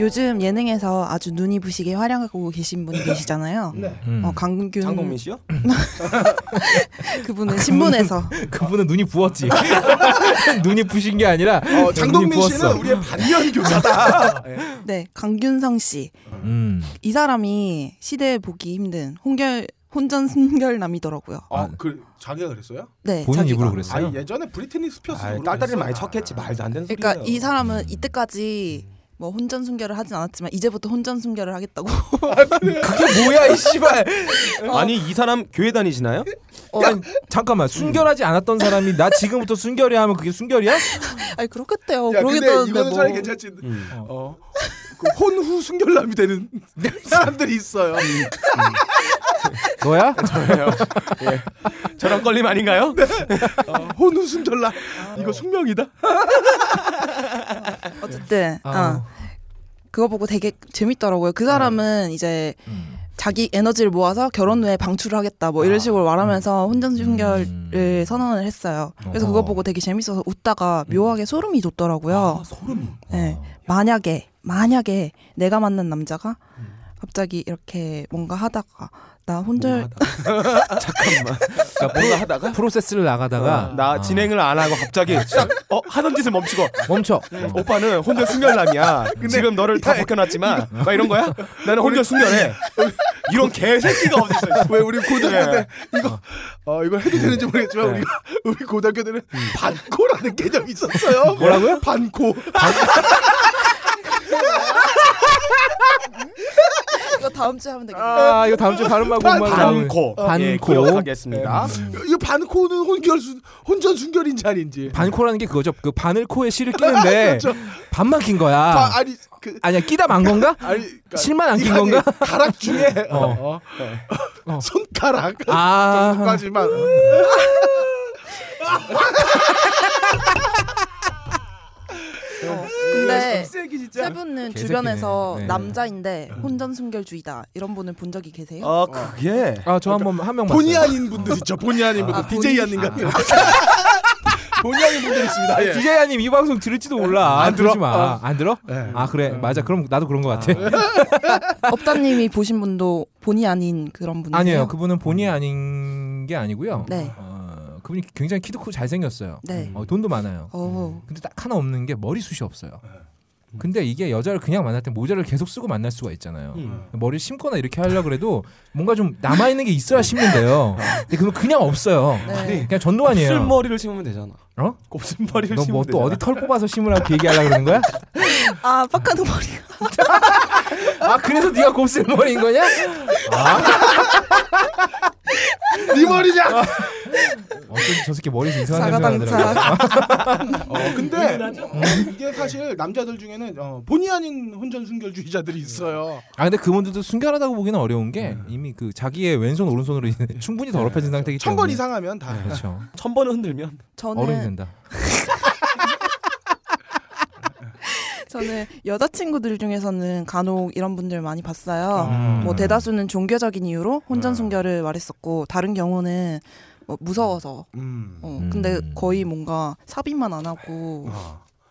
요즘 예능에서 아주 눈이 부시게 활약하고 계신 분 계시잖아요. 네. 음. 어, 강균 장동민 씨요? 음. 그분은 신문에서 그분은 눈이 부었지. 눈이 부신 게 아니라 어, 눈이 장동민 부었어. 씨는 우리의 반면 교사다. 네 강균성 씨 이 음. 사람이 시대에 보기 힘든 홍결 혼전 순결남이더라고요. 어. 아, 그 자기가 그랬어요? 네 본인 자기가. 입으로 그랬어요. 아니 예전에 브리트니 스피어스 아, 딸딸이 많이 쳤겠지 말도 안 되는 소리예요. 그러니까 이 사람은 이때까지 뭐 혼전 순결을 하진 않았지만 이제부터 혼전 순결을 하겠다고. 그게 뭐야 이 씨발. 아니 이 사람 교회 다니시나요? 어, 아니, 잠깐만 순결하지 않았던 사람이 나 지금부터 순결이 하면 그게 순결이야? 아니 그렇겠대요. 야, 근데 그러겠다는데 이거는 뭐. 잘 괜찮지. 음. 어. 그 혼후 순결남이 되는 사람들이 있어요. 너야? 저랑 걸림 아닌가요? 어, 혼후 순결남. 이거 숙명이다. 어쨌든 아. 어. 그거 보고 되게 재밌더라고요. 그 사람은 이제 음. 아. 자기 에너지를 모아서 결혼 후에 방출을 하겠다 뭐 이런 식으로 말하면서 혼전 순결을 음. 선언을 했어요. 그래서 어. 음. 아. 그거 보고 되게 재밌어서 웃다가 묘하게 소름이 아, 돋더라고요. 소름이. 네. 만약에 만약에 내가 만난 남자가 음. 갑자기 이렇게 뭔가 하다가 나 혼절 잠깐만. 그러니까 뭔가 하다가 프로세스를 나가다가 어. 나 아, 진행을 안 하고 갑자기 딱 어, 하던 짓을 멈추고 멈춰. 오빠는 혼자 순결남이야. 지금 너를 다 벗겨놨지만 막 이런 거야? 나는 혼자 순결해. 이런 개새끼가 어디 있어? 왜 우리 고등학교 네. 때 이거 어 이걸 해도 되는지 모르겠지만 우리가 우리 고등학교 때는 음. 반코라는 개념이 있었어요. 뭐라고요? 반코. 이거 다음 주에 하면 되겠다. 아 이거 다음 주에 다른 마곡만 반코. 음. 예, 반코. 기억하겠습니다. 이 반코는 혼결 순 혼전 순결인지 아닌지. 반코라는 게 그거죠. 그 바늘 코에 실을 끼는데 그렇죠. 반만 낀 거야. 아, 아니 그 아니야 끼다 만 건가? 아니 그러니까 실만 안 낀 이거 아니, 건가? 가락 중에 어, 어, 어. 손가락 아 까지만 어. 음. 근데 쓰레기 세 진짜. 분은 개새끼네. 주변에서 네. 남자인데 혼전 순결주의다 이런 분은 본 적이 계세요? 어 그게 아 저 한 번 한 명 봤어요. 본의 아닌 분들 있죠. 본의 아닌 분들 아, DJ 본의- 아닌 같은. 본의 아닌 분들 있습니다. 예. 디제이님 이 방송 들을지도 몰라. 아, 안 들어? 그러지 마. 어. 안 들어? 네. 아 그래 맞아. 그럼 나도 그런 것 같아. 예. 업다님이 보신 분도 본의 아닌 그런 분이세요? 아니에요. 그분은 본의 아닌 게 아니고요. 네. 어, 그분이 굉장히 키도 크고 잘생겼어요. 네. 어, 돈도 많아요. 어. 근데 딱 하나 없는 게 머리숱이 없어요. 예. 근데 이게 여자를 그냥 만날 때 모자를 계속 쓰고 만날 수가 있잖아요. 음. 그 머리를 심거나 이렇게 하려 그래도 뭔가 좀 남아 있는 게 있어야 심는데요. 아. 근데 그건 그냥 없어요. 네. 그냥 전두환이에요. 뭐 곱슬머리를 심으면 되잖아. 어? 곱슬머리를 너 심으면 뭐 또 되잖아. 어디 털 뽑아서 심으라고 그 얘기하려 그러는 거야? 아, 빡가는 머리가. 아 그래서 네가 곱슬머리인 거냐? 네 머리냐? 어쩐지 저 새끼 머리 이상한 냄새 나더라고. 사가당차. 어, 음. 네. 근데 음. 이게 사실 남자들 중에는 어, 본의 아닌 혼전 순결주의자들이 있어요. 아 근데 그분들도 순결하다고 보기는 어려운 게 이미 그 자기의 왼손 오른손으로 인해 충분히 더럽혀진 네. 상태이기 아, 네. 때문에 천 번 이상하면 다. 그렇죠 천 번을 흔들면 어른이 저는 된다 저는 여자친구들 중에서는 간혹 이런 분들 많이 봤어요. 음. 뭐 대다수는 종교적인 이유로 아. 혼전 순결을 말했었고 다른 경우는 뭐 무서워서. 음. 어, 음. 어. 근데 거의 뭔가 삽입만 안 하고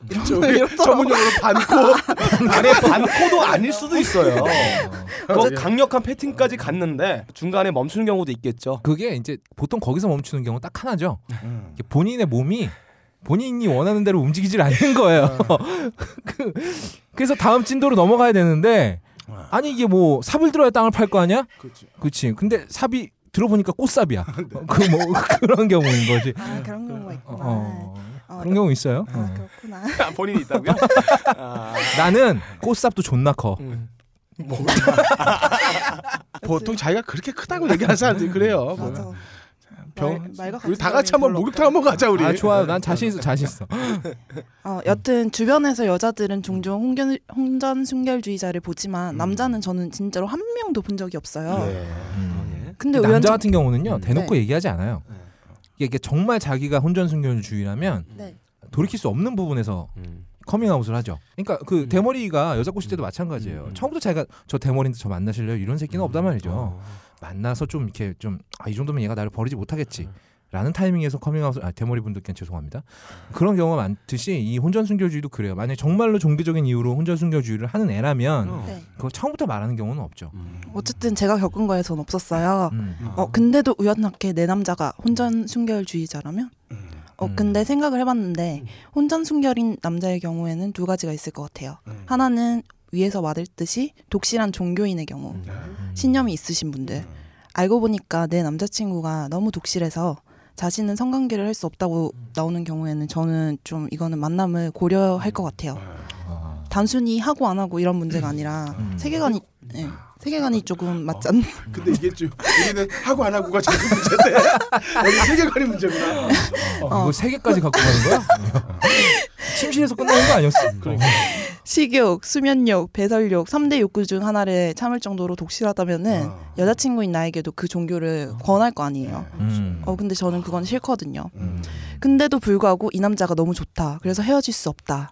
이런 저 거 우리 이런 거. 어. 전문용어로 반코. 안에 반코도 아닐 수도 있어요. 어, 뭐 강력한 패팅까지 갔는데 중간에 멈추는 경우도 있겠죠. 그게 이제 보통 거기서 멈추는 경우 딱 하나죠 음. 이게 본인의 몸이 본인이 원하는 대로 움직이질 않는 거예요 그, 그래서 다음 찐도로 넘어가야 되는데 아니 이게 뭐 삽을 들어야 땅을 팔 거 아니야 그렇지. 그치 근데 삽이 들어보니까 꽃삽이야 그 뭐 그런 경우인 거지 아, 그런 경우가 어, 있구나. 어. 아, 그런 경우 있어요 아, 어. 그렇구나. 아, 본인이 있다고요? 아, 네. 나는 꽃삽도 존나 커 음. 아, 보통 자기가 그렇게 크다고 얘기하는 사람들이 어, 그래요. 맞아. 보면. 말- 병. 말과 같은 우리 다 같이 사람이 한번 별로 목욕탕 한번 가자 우리. 네. 음. 아 좋아요. 난 자신 있어, 자신 있어. 어, 여튼 주변에서 여자들은 종종 음. 홍견, 혼전 순결주의자를 보지만 남자는 저는 진짜로 한 명도 본 적이 없어요. 예. 음. 근데 네. 그 남자 우연치 같은 경우는요, 대놓고 네. 얘기하지 않아요. 이게, 이게 정말 자기가 혼전순결주의라면 네. 돌이킬 수 없는 부분에서 커밍아웃을 하죠. 그러니까 그 대머리가 여자 꼬실 때도 마찬가지예요. 음. 처음부터 음. 자기가 저 대머리인데 저 어. 만나실래요? 이런 새끼는 없단 말이죠. 만나서 좀 이렇게 좀 아 이 정도면 얘가 나를 버리지 못하겠지. 라는 타이밍에서 커밍아웃을 아 대머리 분들께 죄송합니다 그런 경우가 많듯이 이 혼전 순결주의도 그래요 만약에 정말로 종교적인 이유로 혼전 순결주의를 하는 애라면 어. 네. 그거 처음부터 말하는 경우는 없죠 어쨌든 제가 겪은 거에선 없었어요. 음. 어 근데도 우연하게 내 남자가 혼전 순결주의자라면 어 음. 근데 생각을 해봤는데 혼전 순결인 남자의 경우에는 두 가지가 있을 것 같아요. 음. 하나는 위에서 말했듯이 독실한 종교인의 경우 음. 신념이 있으신 분들 알고 보니까 내 남자친구가 너무 독실해서 자신은 성관계를 할 수 없다고 나오는 경우에는 저는 좀 이거는 만남을 고려할 것 같아요. 아. 단순히 하고 안 하고 이런 문제가 아니라 음. 세계관이 예, 세계관이 어. 조금 맞지 않나 근데 이게 좀 우리는 하고 안 하고가 자꾸 문제인데 여기 세계관이 문제구나. 어, 이거 세 개까지 갖고 가는 거야? 침실에서 끝나는 거 아니었어? 식욕, 수면욕, 배설욕 3대 욕구 중 하나를 참을 정도로 독실하다면은 아. 여자친구인 나에게도 그 종교를 권할 거 아니에요. 음. 어 근데 저는 그건 싫거든요. 네. 음. 근데도 불구하고 이 남자가 너무 좋다. 그래서 헤어질 수 없다.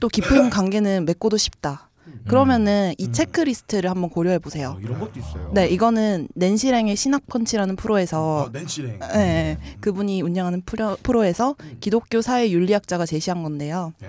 또 깊은 관계는 맺고도 싶다. 음. 그러면은 이 체크리스트를 한번 고려해 보세요. 뭐 이런 것도 아, 있어요. 네, 이거는 낸시랭의 신학 펀치라는 프로에서 어, 낸시랭. 네, 그분이 운영하는 프로, 프로에서 기독교 사회 윤리학자가 제시한 건데요. 네.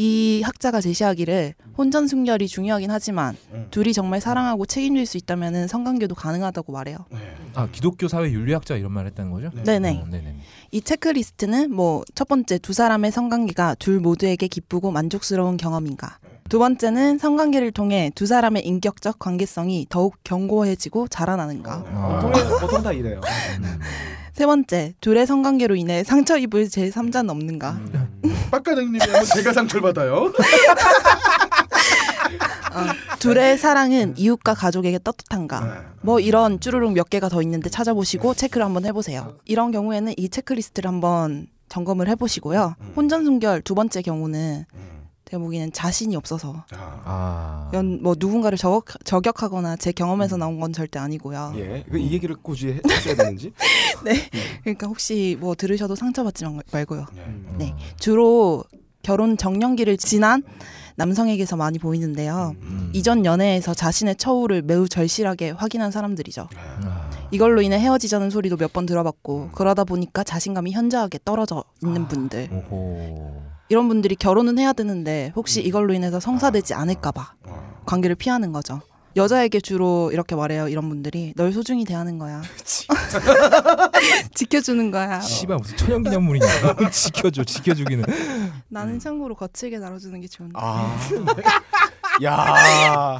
이 학자가 제시하기를 혼전 순결이 중요하긴 하지만 음. 둘이 정말 사랑하고 책임질 수 있다면 성관계도 가능하다고 말해요. 네. 아 기독교 사회 윤리학자 이런 말 했다는 거죠? 네네. 어, 네네. 이 체크리스트는 뭐 첫 번째 두 사람의 성관계가 둘 모두에게 기쁘고 만족스러운 경험인가. 두 번째는 성관계를 통해 두 사람의 인격적 관계성이 더욱 견고해지고 자라나는가. 아. 보통, 보통 다 이래요. 음. 세 번째, 둘의 성관계로 인해 상처 입을 제3자는 없는가. 빡가능님이 하면 제가 상처를 받아요. 둘의 사랑은 이웃과 가족에게 음. 떳떳한가? 네. 뭐 이런 쭈루룩 몇 개가 더 있는데 찾아보시고 체크를 한번 해보세요. 이런 경우에는 이 체크리스트를 한번 점검을 해보시고요. 혼전 순결 두 번째 경우는 음. 제가 보기에는 자신이 없어서 아, 아. 연, 뭐 누군가를 저격, 저격하거나 제 경험에서 나온 건 절대 아니고요. 예, 그이 얘기를 굳이 해- 했어야 되는지. 그러니까 혹시 뭐 들으셔도 상처받지 말- 말고요. 네. 네. 주로 결혼 정년기를 지난 남성에게서 많이 보이는데요. 음. 이전 연애에서 자신의 처우를 매우 절실하게 확인한 사람들이죠. 아. 이걸로 인해 헤어지자는 소리도 몇 번 들어봤고 그러다 보니까 자신감이 현저하게 떨어져 있는 분들 오호. 이런 분들이 결혼은 해야 되는데 혹시 이걸로 인해서 성사되지 않을까봐 어. 관계를 피하는 거죠. 여자에게 주로 이렇게 말해요. 이런 분들이 널 소중히 대하는 거야. 지켜주는 거야. 씨발 무슨 천연기념물이냐? 지켜줘, 지켜주기는. 나는 참고로 거칠게 다뤄주는 게 좋은데. 아, 야,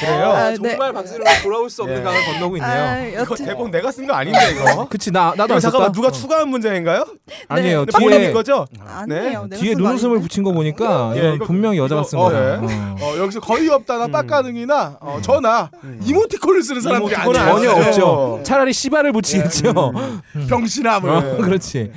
그래요. 아, 네. 정말 박수로 돌아올 수 없는 예. 강을 건너고 아, 이거 그렇죠. 여튼 대본 내가 쓴 거 아닌데 이거. 어? 그치 나 나도 이거 안 잠깐만 썼다. 누가 네. 추가한 문제인가요? 아니에요. 근데 뒤에 본인인 거죠? 아니에요. 내가 뒤에 쓴거 눈웃음을 아닌데. 붙인 거 보니까 예, 이건 이거- 분명히 여자가 쓴 이거- 어, 거야. 예. 어. 어, 여기서 거의 없다나 빡가능이나 어, 저나 음. 이모티콘을 쓰는 사람들이 이모티콘은 음. 아니에요. 전혀 안 쓰죠. 없죠. 차라리 씨발을 붙이겠죠. 음. 병신함을. 어, 그렇지.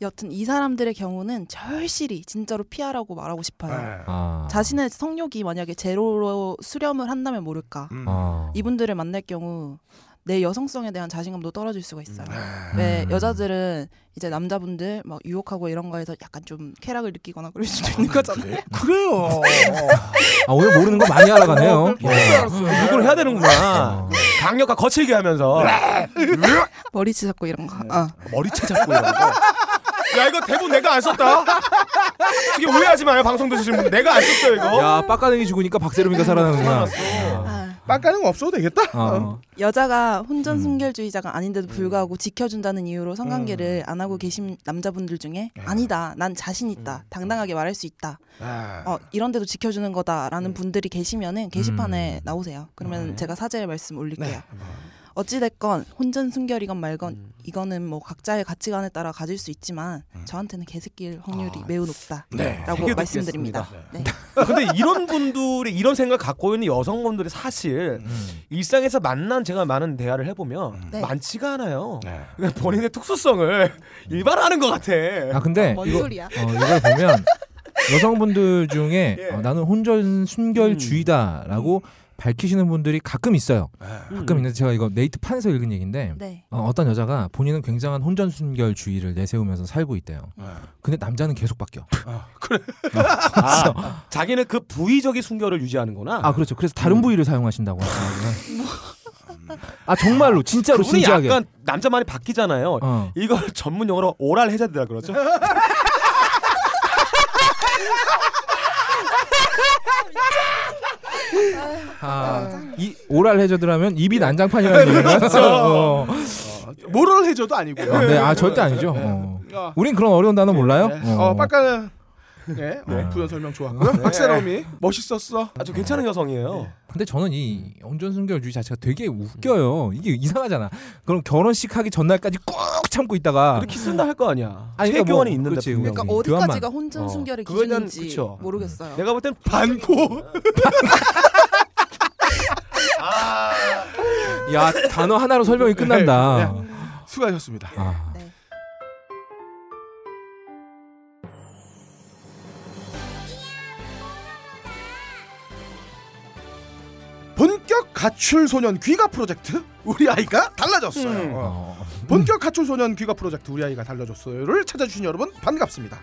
여튼 이 사람들의 경우는 절실히 진짜로 피하라고 말하고 싶어요. 네. 아. 자신의 성욕이 만약에 제로로 수렴을 한다면 모를까. 음. 아. 이분들을 만날 경우 내 여성성에 대한 자신감도 떨어질 수가 있어요. 아. 왜 여자들은 이제 남자분들 막 유혹하고 이런 거에서 약간 좀 쾌락을 느끼거나 그럴 수도 있는 거잖아요. 그래요. 아 오늘 모르는 거 많이 어? 알아가네요. 어, 누구를 해야 되는구나. 어. 강력과 거칠게 하면서 머리 치잡고 이런 거. 어. 머리채 잡고 이런 거. 야 이거 대본 내가 안 썼다. 이게 오해하지 마요 방송 들으시는 분들 내가 안 썼어요 이거. 야 빡가능이 죽으니까 박세롬이가 살아나는구나. 아. 빡가능 없어도 되겠다. 어. 여자가 혼전 순결주의자가 아닌데도 불구하고 지켜준다는 이유로 성관계를 안 하고 계신 남자분들 중에 아니다, 난 자신 있다, 당당하게 말할 수 있다, 아. 어, 이런데도 지켜주는 거다라는 네. 분들이 계시면은 게시판에 음. 나오세요. 아, 그러면 제가 사죄의 말씀 올릴게요. 네, 어찌됐건 혼전 순결이건 말건 음. 이거는 뭐 각자의 가치관에 따라 가질 수 있지만 저한테는 개새끼일 아, 확률이 매우 높다라고 네. 되게 말씀드립니다. 네. 근데 이런 분들이 이런 생각 갖고 있는 여성분들이 사실 음. 일상에서 만난 제가 많은 대화를 해보면 네. 많지가 않아요. 네. 그러니까 본인의 특수성을 일반화하는 것 같아. 음. 아 네. 근데 뭔 이거 소리야? 어, 이걸 보면 여성분들 중에 예. 음. 어, 나는 혼전 순결주의다라고 밝히시는 분들이 가끔 있어요. 네. 가끔 있는데 제가 이거 네이트 판에서 읽은 얘기인데 음, 네. 어, 어떤 여자가 본인은 굉장한 혼전 순결주의를 내세우면서 살고 있대요. 근데 남자는 계속 바뀌어. 아, 자기는 그 부위적인 순결을 유지하는구나. 아 그렇죠. 그래서 다른 부위를 사용하신다고 하시는 음. 아 정말로 진짜로 그분이 진지하게. 약간 남자 말이 바뀌잖아요. 어. 이걸 전문 용어로 오랄 해자드라 그러죠. 아, 이 오랄 해저드라면 입이 네, 난장판이라는 얘기예요. 그렇죠. 어. 모를 해줘도 아니고요. 아, 네, 아 절대 아니죠. 어. 아, 우린 그런 어려운 단어 몰라요? 네. 어, 빡가는 네, 네. 어, 부연 설명 좋았고요. 박세롬이 멋있었어. 아주 괜찮은 여성이에요. 근데 저는 이 온전순결주의 자체가 되게 웃겨요. 이게 이상하잖아. 그럼 결혼식 하기 전날까지 꾹 참고 있다가 근데 키스는 할거 아니야. 아니, 그러니까 세교환이 뭐, 있는데. 그치, 분명히. 그러니까 우리 어디까지가 교환만. 혼전 어. 순결의 그거에 대한- 기준인지 그쵸. 음. 모르겠어요. 내가 볼 땐 반고. 야 단어 하나로 네. 설명이 끝난다. 수고하셨습니다. 아. 네. 본격 가출 소년 귀가 프로젝트 우리 아이가 달라졌어요. 음. 어. 어. 본격 가출 소년 귀가 프로젝트 우리 아이가 달라졌어요를 찾아주신 여러분 반갑습니다.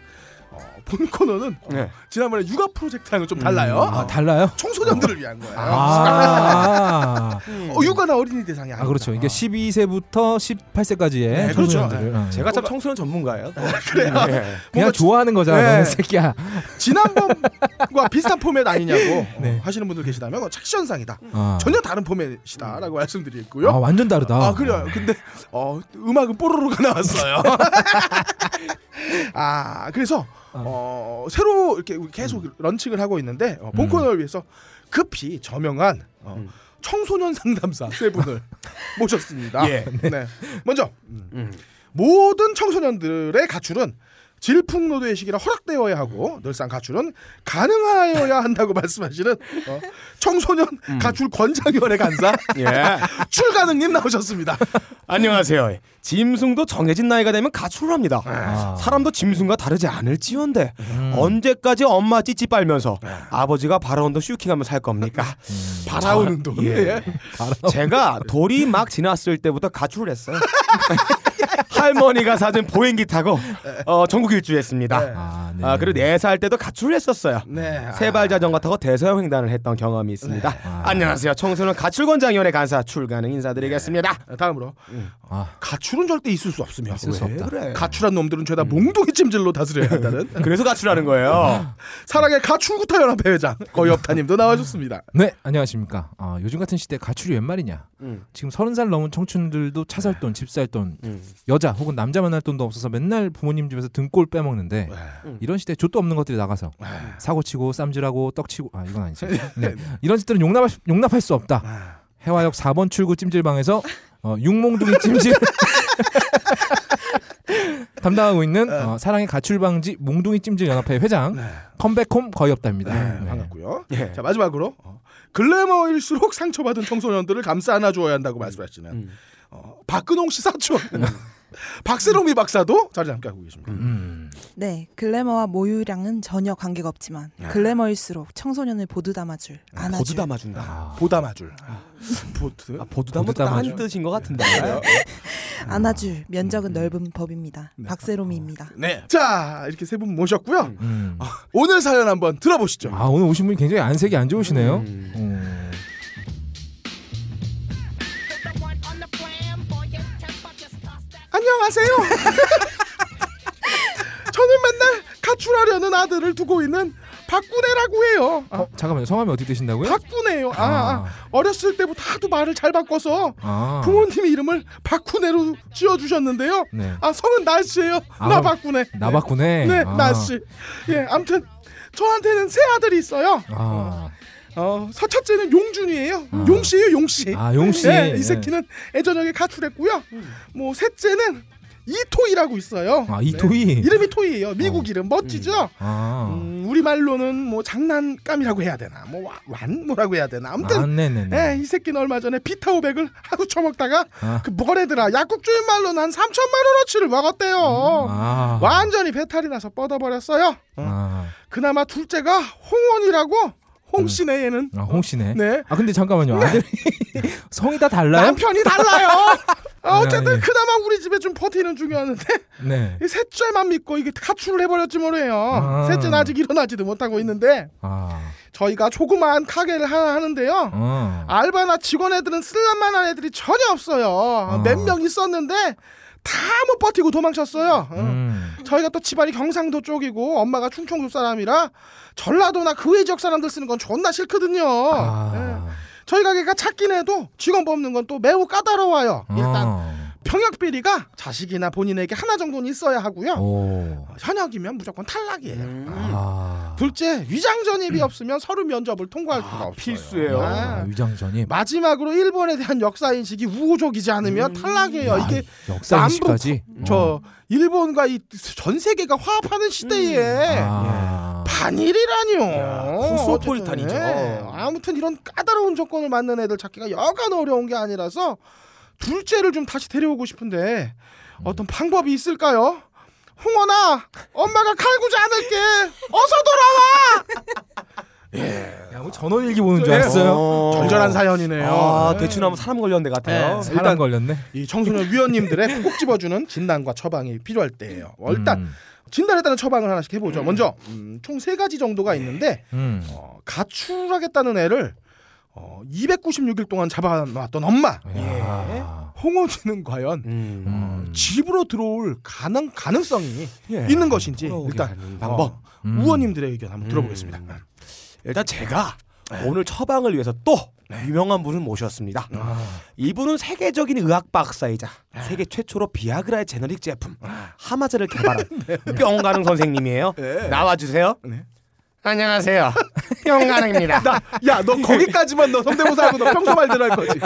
어, 본 코너는 네. 지난번에 육아 프로젝트랑은 좀 달라요. 아, 달라요? 청소년들을 위한 거예요. 아, 어, 육아나 어린이 대상이 아니라. 아 그렇죠. 이게 12세부터 18세까지의 네, 그렇죠. 청소년들을 어. 제가 참 청소년 전문가예요. 그래요. 네. 그냥 뭔가 좋아하는 거잖아, 네. 너는 새끼야. 지난번과 비슷한 포맷 아니냐고 어, 네. 하시는 분들 계시다면 어, 착시현상이다. 어. 전혀 다른 포맷이다라고 말씀드리겠고요. 아 완전 다르다. 아 그래요. 근데 어, 음악은 뽀로로가 나왔어요. 아 그래서 어, 새로 이렇게 계속 런칭을 하고 있는데 어, 본 음. 코너를 위해서 급히 저명한 어, 음. 청소년 상담사 세 분을 모셨습니다. 예. 네. 먼저 음. 모든 청소년들의 가출은 질풍노도의 시기라 허락되어야 하고 늘상 가출은 가능하여야 한다고 말씀하시는 어, 청소년 가출 권장위원회 간사 예. 출가능님 나오셨습니다. 안녕하세요. 짐승도 정해진 나이가 되면 가출을 합니다. 아. 사람도 짐승과 다르지 않을지언데 언제까지 엄마 찌찌 빨면서 아버지가 바라온 돈 슈킹하며 살 겁니까? 음. 바라오는 돈. 예. 제가 돌이 막 지났을 때부터 가출을 했어요. 할머니가 사준 보행기 타고 어, 전국 일주했습니다. 네. 아, 네. 아, 그리고 네 살 때도 가출을 했었어요. 네. 아. 세발 자전거 타고 대서양 횡단을 했던 경험이 있습니다. 아. 안녕하세요. 청소년 가출권장위원회 간사 출가능 인사드리겠습니다. 아, 다음으로 아. 가출은 절대 있을 수 없으며 있을 수 왜? 음. 없다. 그래. 가출한 놈들은 죄다 몽둥이 찜질로 다스려야 한다는 그래서 가출하는 아. 거예요. 사랑의 가출구타 연합 회장 거의 없다님도 나와줬습니다. 네, 안녕하십니까. 아, 요즘 같은 시대 가출이 웬 말이냐. 음. 지금 서른 살 넘은 청춘들도 차 살 돈, 집 살 돈, 음. 여자 혹은 남자 만날 돈도 없어서 맨날 부모님 집에서 등골 빼먹는데 음. 네. 이런 시대에 족도 없는 것들이 나가서 사고 치고 쌈질하고 떡 치고 아 이건 아니지. 네. 이런 짓들은 용납할, 수- 용납할 수 없다. 네. 해화역 4번 출구 찜질방에서 어, 육몽둥이 찜질 담당하고 네. 있는 어, 사랑의 가출 방지 몽둥이 찜질 연합회 회장 컴백홈 거의 없답니다. 네, 네. 반갑고요. 예. 자 마지막으로 어, 글래머일수록 상처받은 청소년들을 감싸 안아주어야 한다고 말씀하시는 음. 어, 박근홍 씨 사촌 박세롬이 박사도 자리 함께 하고 계십니다. 음. 네, 글래머와 모유량은 전혀 관계가 없지만 글래머일수록 청소년을 보드 담아줄 안아줄 네. 보드 담아준다. 보담아줄 보트 아, 보드 담아도 보드 담아줘. 딴 뜻인 것 네. 같은데. 네. 어. 음, 안아줄 면적은 넓은 법입니다. 박세롬이입니다. 네. 자 이렇게 세 분 모셨고요. 음. 오늘 사연 한번 들어보시죠. 아 오늘 오신 분이 굉장히 안색이 안 좋으시네요. 음. 안녕하세요. 저는 맨날 가출하려는 아들을 두고 있는 박구네라고 해요. 아, 어, 잠깐만요. 성함이 어떻게 되신다고요? 박구네요. 아, 아, 어렸을 때부터 하도 말을 잘 바꿔서 아. 부모님이 이름을 박구네로 지어주셨는데요. 네. 아 성은 나씨예요. 아, 나 박구네. 나바꾸네. 네, 아. 나씨. 예, 아무튼 저한테는 세 아들이 있어요. 아. 어, 서첫째는 용준이에요. 아. 용씨예요, 용씨. 아, 용씨. 예, 예. 이 새끼는 애저녁에 가출했고요. 뭐 셋째는 이토이라고 있어요. 아, 이토이. 네. 어. 이름이 토이예요. 미국 이름 멋지죠. 아. 음, 우리 말로는 뭐 장난감이라고 해야 되나, 뭐 완 뭐라고 해야 되나. 아무튼 아, 네네네. 예, 이 새끼는 얼마 전에 비타오백을 하루 처먹다가 아. 그 뭐래더라 약국주인 말로는 한 3천만 원어치를 먹었대요. 아. 완전히 배탈이 나서 뻗어버렸어요. 아. 그나마 둘째가 홍원이라고 음. 홍씨네 얘는 아, 홍 씨네. 네. 아, 근데 잠깐만요. 아들이 성이 다 달라요? 남편이 달라요. 아, 어쨌든 아, 예. 그나마 우리 집에 좀 버티는 중이었는데 네. 이 셋째만 믿고 이게 가출을 해버렸지 뭐래요. 아. 셋째는 아직 일어나지도 못하고 있는데 아. 저희가 조그마한 가게를 하나 하는데요. 어. 알바나 직원 애들은 쓸만한 애들이 전혀 없어요. 아. 몇 명 있었는데 다 못 버티고 도망쳤어요. 응. 음. 저희가 또 집안이 경상도 쪽이고 엄마가 충청도 사람이라 전라도나 그 외 지역 사람들 쓰는 건 존나 싫거든요. 예. 아. 저희 가게가 찾긴 해도 직원 뽑는 건 또 매우 까다로워요. 일단 어. 병역 비리가 자식이나 본인에게 하나 정도는 있어야 하고요. 오. 현역이면 무조건 탈락이에요. 아. 둘째 위장 전입이 없으면 서류 면접을 통과할 수가 없어요. 필수예요. 아. 위장 전입. 마지막으로 일본에 대한 역사 인식이 우호적이지 않으면 탈락이에요. 아, 이게 역사 인식까지. 저 일본과 이 전 세계가 화합하는 시대에 아. 반일이라뇨. 코스모폴리탄이죠. 어쨌든, 예. 아무튼 이런 까다로운 조건을 맞는 애들 찾기가 여간 어려운 게 아니라서 둘째를 좀 다시 데려오고 싶은데 어떤 방법이 있을까요? 홍원아, 엄마가 칼구지 않을게. 어서 네. 야, 뭐 전원일기 보는 줄 알았어요. 돌아. 절절한 사연이네요. 아, 예. 대추나무 사람 걸렸는 데 같아요. 네. 사람 일단- 걸렸네. 이 청소년 위원님들의 꼭 집어주는 진단과 처방이 필요할 때예요. 어, 일단 음. 진단했다는 처방을 하나씩 해보죠. 먼저 음, 총 세 가지 정도가 있는데 음. 어, 가출하겠다는 애를 어, 296일 동안 잡아놨던 엄마 아. 야. 홍원이는 과연 예. 음. 음. 집으로 들어올 가능 가능성이 예. 있는 것인지 돌아오게 일단 하는 방법 방법. 음. 우원님들의 의견 한번 들어보겠습니다. 일단 제가 오늘 처방을 위해서 또 유명한 분을 모셨습니다. 이분은 세계적인 의학 박사이자 세계 최초로 비아그라의 제너릭 제품 하마제를 개발한 뿅 가능 선생님이에요. 나와주세요. 안녕하세요. 뿅 가능입니다. 야 너 거기까지만 너 성대모사하고 너 평소 말대로 할 거지.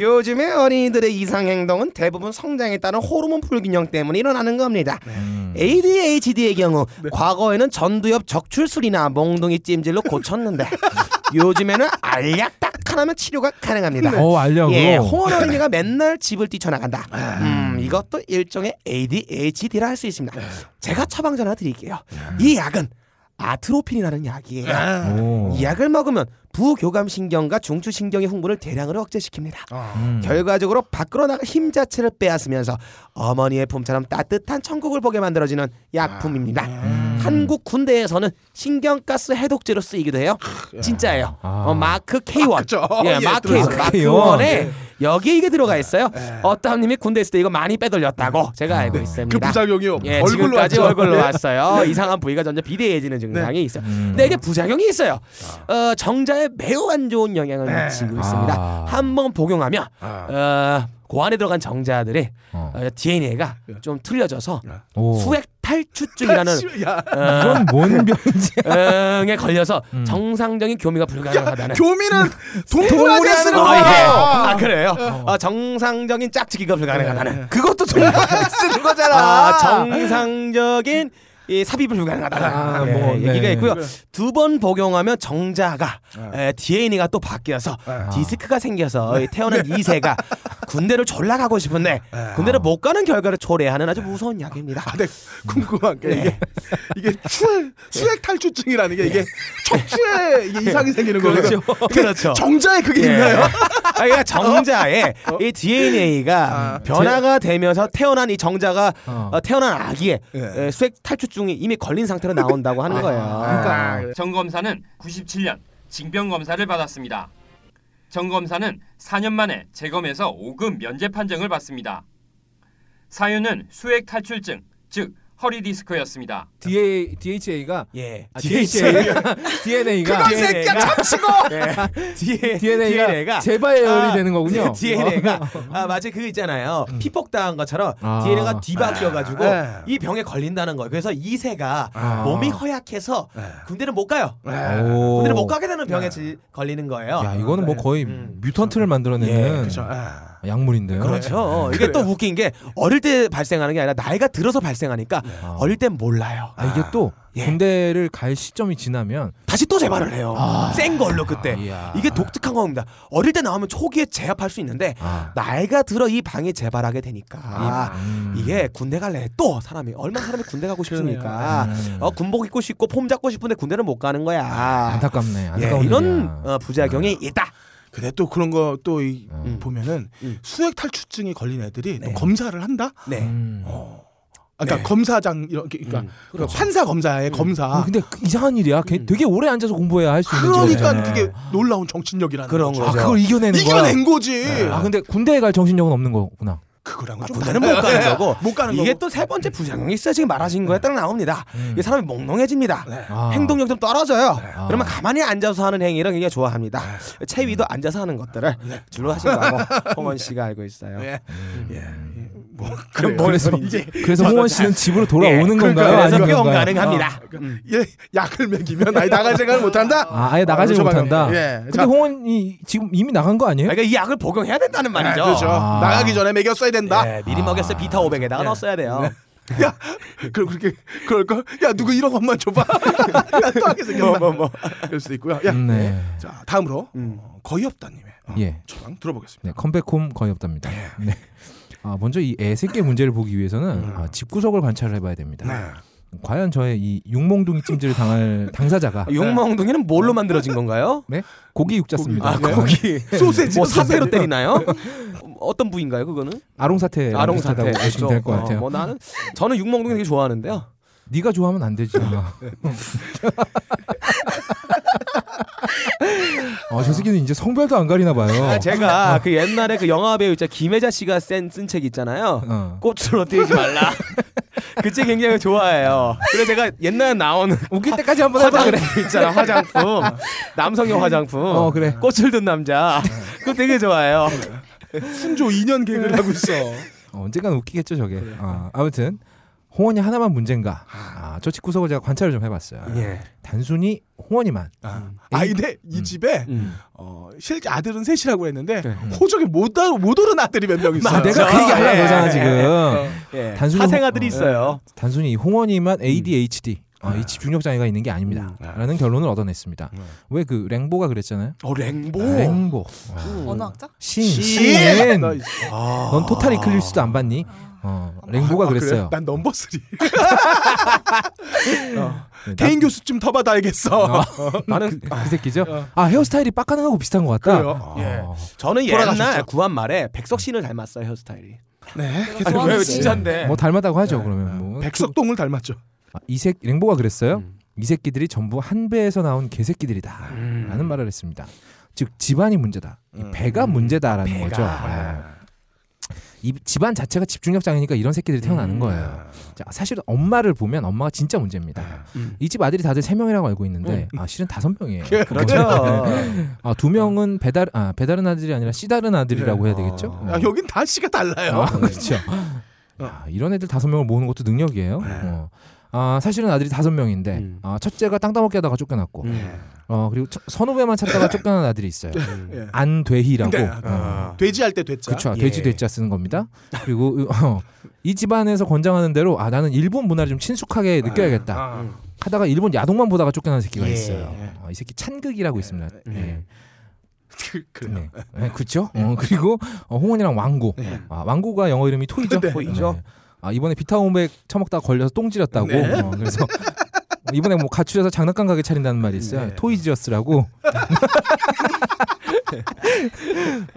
요즘에 어린이들의 이상 행동은 대부분 성장에 따른 호르몬 불균형 때문에 일어나는 겁니다. 네. ADHD의 경우 과거에는 전두엽 적출술이나 몽둥이 찜질로 고쳤는데 요즘에는 알약 딱 하나면 치료가 가능합니다. 어, 알려고. 예, 홍원 어린이가 맨날 집을 뛰쳐나간다. 아. 음, 이것도 일종의 ADHD라 할 수 있습니다. 네. 제가 처방 전화 드릴게요. 이 약은 아트로핀이라는 약이에요. 오. 이 약을 먹으면 부교감 신경과 중추 신경의 흥분을 대량으로 억제시킵니다. 아, 음. 결과적으로 밖으로 나가 힘 자체를 빼앗으면서 어머니의 품처럼 따뜻한 천국을 보게 만들어지는 약품입니다. 아. 음. 음. 한국 군대에서는 신경가스 해독제로 쓰이기도 해요. 진짜예요. 아. 어, 마크 K1. 그죠? 예, 예, 마크 들어서. 예. K1. 마크 K1. 1에 여기에 이게 들어가 있어요. 어따님이 군대 있을 때 이거 많이 빼돌렸다고 제가 알고 그 있습니다. 부작용이요. 예, 얼굴로 지금까지 왔죠. 네. 얼굴로 왔어요. 이상한 부위가 점점 비대해지는 증상이 있어요. 근데 이게 부작용이 있어요. 아. 어, 정자에 매우 안 좋은 영향을 네. 미치고 있습니다. 아. 한 번 복용하면 아. 어, 고안에 들어간 정자들의 어. DNA가 네. 좀 틀려져서 오. 수액 탈추증이라는 야, 어, 이건 뭔 병인지. 병에 걸려서 정상적인 교미가 불가능하다는 교미는 동물한테 쓰는 어, 거야. 예. 아 그래요? 어, 정상적인 짝짓기가 네. 불가능하다는 그것도 정말 쓰는 거잖아. 아, 정상적인 이 삽입을 불가능하다는 아, 예, 뭐, 얘기가 네. 있고요. 두 번 복용하면 정자가 네. DNA가 또 바뀌어서 아. 디스크가 생겨서 이 태어난 네. 이세가 군대를 졸라 가고 싶은데 군대를 못 가는 결과를 초래하는 아주 무서운 약입니다. 네. 아, 근데 궁금한 게 이게 이게 추 수액 탈출증이라는 게 이게 척추에 이게 이상이 생기는 거거든요. 예. 그렇죠. 정자에 그게 예. 있나요? 어? 아, 그러니까 정자에 이 아, DNA가 변화가 되면서 태어난 이 정자가 어. 어, 태어난 아기의 예. 에, 수액 탈출증이 이미 걸린 상태로 나온다고 아, 하는 거예요. 그러니까 아. 정 검사는 97년 징병 검사를 받았습니다. 정 검사는 4년 만에 재검에서 5급 면제 판정을 받습니다. 사유는 수액 탈출증, 즉 허리 디스크였습니다. DA, DHA가 아, 예. DHA가 DNA가 네. 그건 새끼야, 참치고 DNA가, DNA가 아, 재발 예열이 되는 거군요. 어. 음. DNA가 아 마치 그 있잖아요. 피폭당한 것처럼 아. DNA가 뒤바뀌어가지고 아. 이 병에 걸린다는 거예요. 그래서 이세가 아. 네. 몸이 허약해서 군대를 못 가요. 오. 네. 군대를 아, 못 가게 되는 병에 지- 걸리는 거예요. 야 이거는 뭐 거의 뮤턴트를 만들어내는 예, 아, 약물인데요. 그렇죠. 네. 이게 또 웃긴 게 어릴 때 발생하는 게 아니라 나이가 들어서 발생하니까 네. 어릴 땐 몰라요. 아, 이게 또 예. 군대를 갈 시점이 지나면 다시 또 재발을 해요. 센 걸로 그때. 아. 이야. 이게 독특한 겁니다. 어릴 때 나오면 초기에 제압할 수 있는데 아. 나이가 들어 이 방이 재발하게 되니까 음. 이게 군대 갈래 또 사람이 얼마나 사람이 군대 가고 싶습니까? 어, 군복 입고 싶고 폼 잡고 싶은데 군대를 못 가는 거야. 음. 안타깝네. 예, 안타까운 이런 일이야. 음. 어, 부작용이 있다. 근데 또 그런 거 또 보면은 음. 수액 탈출증이 걸린 애들이 또 네. 검사를 한다. 네. 음. 어. 아, 그러니까 네. 검사장 이렇게 그러니까 음. 그 판사 검사의 검사. 어, 근데 그 이상한 일이야. 걔 음. 되게 오래 앉아서 공부해야 할 수 있는 아, 그러니까 직업이잖아. 그게 놀라운 정신력이라는 그런 거죠. 네. 아 거죠. 그걸 이겨내는 거야. 이겨낸 거지. 아 근데 군대에 갈 정신력은 없는 거구나. 그거랑은 아, 좀 군대는 다른 못 가는 거고 네. 음. 못 가는 이게 거고. 또 세 번째 부작용이 있어요. 지금 말하신 거에 딱 나옵니다. 이 사람이 몽롱해집니다. 네. 아. 행동력 좀 떨어져요. 아. 그러면 가만히 앉아서 하는 행위를 굉장히 좋아합니다. 채 위도 앉아서 하는 것들을 줄로 하신 거고 홍원 씨가 알고 있어요. 예. 음. 예. 예. 뭐 그럼 그래요. 그래서 이제 그래서 홍원 씨는 집으로 돌아오는 예, 건가요? 그래서 아니면 뿅 뭔가요? 가능합니다. 예, 약을 먹이면 아예 나갈 생각을 못 한다. 아, 아예 나가지 아, 못한다. 예. 근데 자, 홍원이 지금 이미 나간 거 아니에요? 그러니까 이 약을 복용해야 된다는 아, 말이죠. 그렇죠. 아. 나가기 전에 먹였어야 된다. 예, 네, 미리 먹였어요. 비타 500에다가 넣었어야 돼요. 야, 그럼 그렇게 그럴 걸? 야, 누구 1억 원만 줘 봐. 야, 또 하게 생겼나. 뭐, 뭐, 그럴 수도 있고요. 야. 음, 네. 자, 다음으로 음. 어, 거의 없다 님의 어, 예. 처방 들어보겠습니다. 네, 컴백홈 거의 없답니다. 네. 아, 먼저 이 애새끼 문제를 보기 위해서는 아, 집구석을 관찰을 해봐야 됩니다. 과연 저의 이 육몽둥이 찜질을 당할 아, 당사자가 용멍둥이는 뭘로 만들어진 건가요? 네? 고기 육자입니다. 네. 네. 아 거기 소세지. 뭐 사태로 때리나요? 어떤 부인가요 그거는? 아롱 사태 그렇죠. 아롱 사태. 보시면 네, 될 것 어, 같아요. 뭐 나는 저는 육멍둥이 되게 좋아하는데요. 네가 좋아하면 안 되지. 뭐. 누나. 어, 저 새끼는 이제 성별도 안 가리나 봐요. 아, 제가 그 옛날에 그 영화 배우 있자 김혜자 씨가 쓴 책 있잖아요. 어. 꽃으로 띄우지 말라. 그 책 굉장히 좋아해요. 그래서 제가 옛날에 나오는 웃길 때까지 한번 해봐 그래. 화장품 있잖아 화장품 남성용 화장품 어, 그래. 꽃을 든 남자 그거 되게 좋아해요 순조 2년 개그를 하고 있어. 어, 언젠간 웃기겠죠 저게. 아, 아무튼 홍원이 하나만 문제인가. 아, 저 집구석을 제가 관찰을 좀 해봤어요. 예 단순히 홍원이만. 아, 아 근데 이 집에 음. 어, 실제 아들은 셋이라고 했는데 네. 호적에 못, 알- 못 오른 아들이 몇 명 있어요. 음. 아, 내가 그 얘기 하려고 예, 그러잖아 예, 지금. 예. 단순히- 사생아들이 어. 있어요 단순히 이 홍원이만 ADHD. 음. 아, 이 집중력 장애가 있는 게 아닙니다. 라는 결론을 얻어냈습니다. 왜 그 랭보가 그랬잖아요. 어 랭보 뭐? 랭보. 아. 음. 언어학자? 신. 씨! 나 이- 넌 토탈 이클립스도 안 봤니? 어, 랭보가 아, 그래? 그랬어요. 아, 난 넘버 3. 네, 나- 대인 교수 좀 더 받아야겠어. 그, 나는 그 새끼죠? 아 헤어스타일이 빡가능하고 비슷한 것 같다. 그래요? 어. 예. 저는 옛날 돌아가셨죠? 구한 말에 백석 씨를 닮았어요 헤어스타일이 네. 아, 아니, 좋아하지. 왜 진짜인데 뭐 닮았다고 하죠 그러면 뭐. 백석동을 닮았죠. 아, 이색 랭보가 그랬어요. 이 새끼들이 전부 한 배에서 나온 개새끼들이다라는 말을 했습니다. 즉 집안이 문제다. 이 배가 문제다라는 거죠. 아. 이 집안 자체가 집중력 장애니까 이런 새끼들이 태어나는 거예요. 자, 사실 엄마를 보면 엄마가 진짜 문제입니다. 이 집 아들이 다들 세 명이라고 알고 있는데 아, 실은 다섯 명이에요. 그렇죠 네. 아, 두 명은 배달 아, 배달은 아들이 아니라 씨다른 아들이라고 해야 되겠죠? 어. 아, 여긴 다 씨가 달라요. 아, 그렇죠. 야, 이런 애들 다섯 명을 모으는 것도 능력이에요. 어. 아, 사실은 아들이 다섯 명인데 음. 아, 첫째가 땅따먹기 하다가 쫓겨났고 음. 어, 그리고 처- 선후배만 찾다가 쫓겨난 아들이 있어요. 네. 예. 안되희라고. 네. 어. 돼지 할 때 됐죠. 그쵸 예. 돼지 돼자 쓰는 겁니다. 그리고 어, 이 집안에서 권장하는 대로 아 나는 일본 문화를 좀 친숙하게 느껴야겠다. 하다가 일본 야동만 보다가 쫓겨난 새끼가 예. 있어요. 어, 이 새끼 찬극이라고 있습니다. 예. 그래. 네. 네, 그렇죠. 어, 그리고 어, 홍원이랑 왕고. 아, 왕고가 영어 이름이 토이죠. 네. 토이죠. 아, 이번에 비타오백 처먹다가 걸려서 똥질었다고. 네. 어, 그래서 이번에 뭐 가출해서 장난감 가게 차린다는 말이 있어요. 네. 토이지어스라고.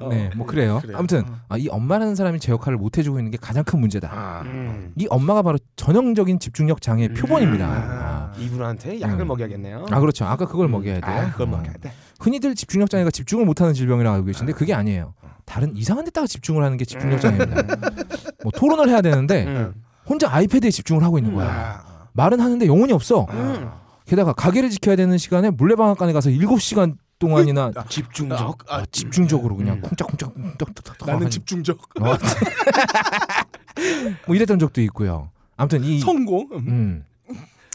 네, 뭐 그래요. 어. 그래요. 아무튼 아, 이 엄마라는 사람이 제 역할을 못 해주고 있는 게 가장 큰 문제다. 아. 음. 이 엄마가 바로 전형적인 집중력 장애 네, 표본입니다. 아. 이분한테 약을 음. 먹여야겠네요 아, 그렇죠. 아까 그걸 먹여야 돼요. 아, 그걸 어. 먹여야 돼 흔히들 집중력 장애가 집중을 못하는 질병이라고 알고 계시는데 그게 아니에요. 다른 이상한 데다가 집중을 하는 게 집중력 장애입니다. 뭐 토론을 해야 되는데 음. 혼자 아이패드에 집중을 하고 있는 거야. 아. 말은 하는데 영혼이 없어. 게다가 가게를 지켜야 되는 시간에 물레방앗간에 가서 7시간 동안이나 집중적 아, 음. 아, 집중적으로 그냥 쿵짝쿵짝 쿵짝쿵짝 나는 하는- 집중적. 어. 뭐 이랬던 적도 있고요. 아무튼 이 성공. 음. 음.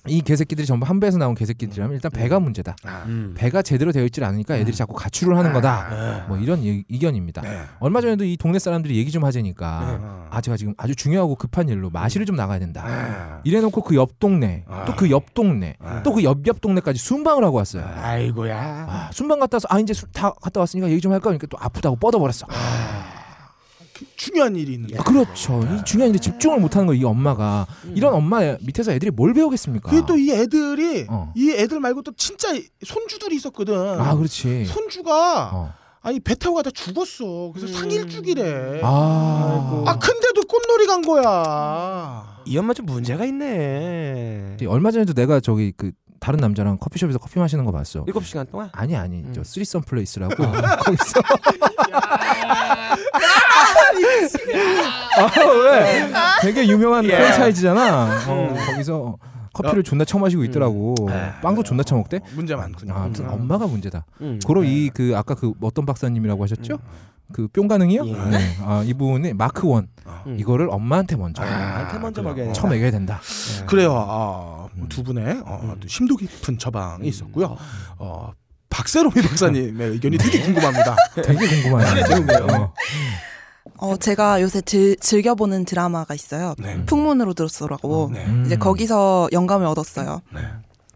이 개새끼들이 전부 한 배에서 나온 개새끼들이라면 일단 배가 문제다. 아, 음. 배가 제대로 되어 있질 않으니까 음. 애들이 자꾸 가출을 하는 아. 거다. 뭐 이런 이- 의견입니다. 네. 얼마 전에도 이 동네 사람들이 얘기 좀 음, 하자니까 아 제가 지금 아주 중요하고 급한 일로 마실을 좀 나가야 아. 된다. 이래놓고 그 옆 동네 또 그 옆 동네 또 그 옆 옆 동네까지 순방을 하고 왔어요. 아이고야 아, 순방 갔다 와서 아 이제 수- 다 갔다 왔으니까 얘기 좀 할까 그러니까 또 아프다고 뻗어버렸어. 중요한 일이 있는데. 아, 그렇죠. 이 중요한 일에 집중을 못하는 거 이 엄마가 이런 엄마 밑에서 애들이 뭘 배우겠습니까? 음. 그게 또 이 애들이 어. 이 애들 말고 또 진짜 손주들이 있었거든. 아 그렇지. 손주가 어. 음. 아니 배 타고 가다 죽었어. 그래서 상일죽이래. 아, 그- 아, 근데도 꽃놀이 간 거야. 이 엄마 좀 문제가 있네. 얼마 전에도 내가 저기 그 다른 남자랑 커피숍에서 커피 마시는 거 봤어. 7시간 동안 아니 아니 음. 저 쓰리썸 플레이스라고 거기서 아왜 되게 유명한 프랜차이즈잖아 어, 거기서 커피를 존나 처마시고 있더라고 빵도 존나 처먹대 문제 많군요. 아, 아무튼 음. 엄마가 문제다 음. 고로 이 그 아까 그 어떤 박사님이라고 하셨죠 그 뿅가능이요 예. 네. 아 이분의 마크 원 음. 이거를 엄마한테 먼저 아. 나한테 먼저 그래요. 먹여야 처 먹여야 된다 그래요. 아, 두 분의 어, 아주 심도 깊은 처방이 있었고요. 어, 박세롬이 박사님의 의견이 되게 궁금합니다. 되게 궁금하네요 어. 어, 제가 요새 즐, 즐겨보는 드라마가 있어요. 네. 풍문으로 들었어라고. 네. 음. 이제 거기서 영감을 얻었어요. 네.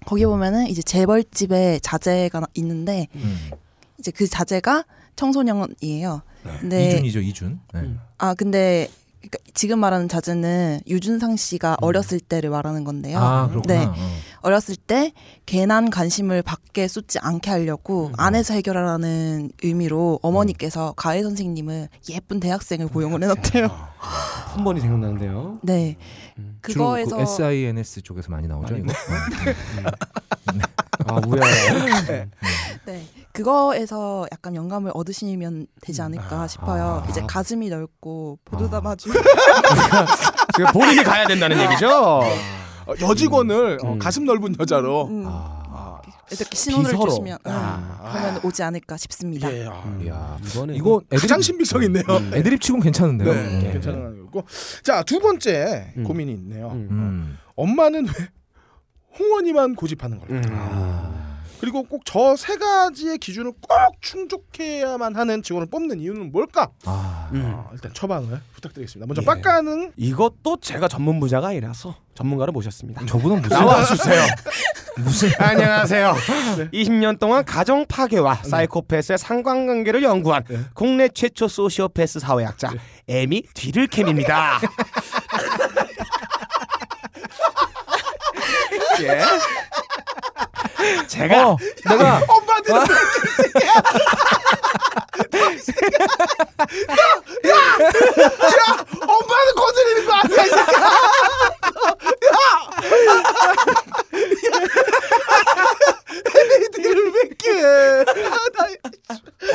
거기 보면은 이제 재벌집에 자제가 나- 있는데 음. 이제 그 자제가 청소년이에요. 근데 네. 이준이죠 이준 네. 아 근데 그러니까 지금 말하는 자제는 유준상 씨가 어렸을 때를 말하는 건데요. 음. 아 그렇구나 네. 어. 어렸을 때 괜한 관심을 밖에 쏟지 않게 음. 하려고 안에서 해결하라는 의미로 어머니께서 가해 선생님을 예쁜 음. 대학생을 고용을 해놨대요. 한 번이 생각나는데요. 네. 음. 그거에서 아. 주로 그 SINS 쪽에서 많이 나오죠. 이거? 어. 아, 우야야. 네, 그거에서 약간 영감을 얻으시면 되지 않을까 싶어요. 이제 가슴이 넓고 보도다 마주. 지금 본인이 가야 된다는 얘기죠. 어, 여직원을 어, 음. 가슴 넓은 여자로 음, 아, 이렇게 신호를 비서로. 주시면 음, 그러면 오지 않을까 싶습니다. 예, 아, 이야, 이거는 이거 음. 애드립, 가장 음, 신빙성 있네요. 애드립 치곤 괜찮은데요. 네, 예. 괜찮은 거고. 자, 두 번째 음. 고민이 있네요. 음. 음. 엄마는 왜 홍원이만 고집하는 걸까? 그리고 꼭 저 세 가지의 기준을 꼭 충족해야만 하는 직원을 뽑는 이유는 뭘까? 아. 음. 아, 일단 처방을 부탁드리겠습니다. 먼저 예. 빡가는 이것도 제가 전문 분야가 아니라서 전문가를 모셨습니다. 저분은 무슨 나와주세요. 무슨 안녕하세요. 네. 20년 네. 동안 가정 파괴와 사이코패스의 상관관계를 연구한 국내 최초 소시오패스 사회학자 에미 뒤를캠입니다. 예. 제가 어, 내가 엄마한테 엄마는 거슬리는 거 아니야? 이 새끼야! 야! 야! 야! 애들을 왜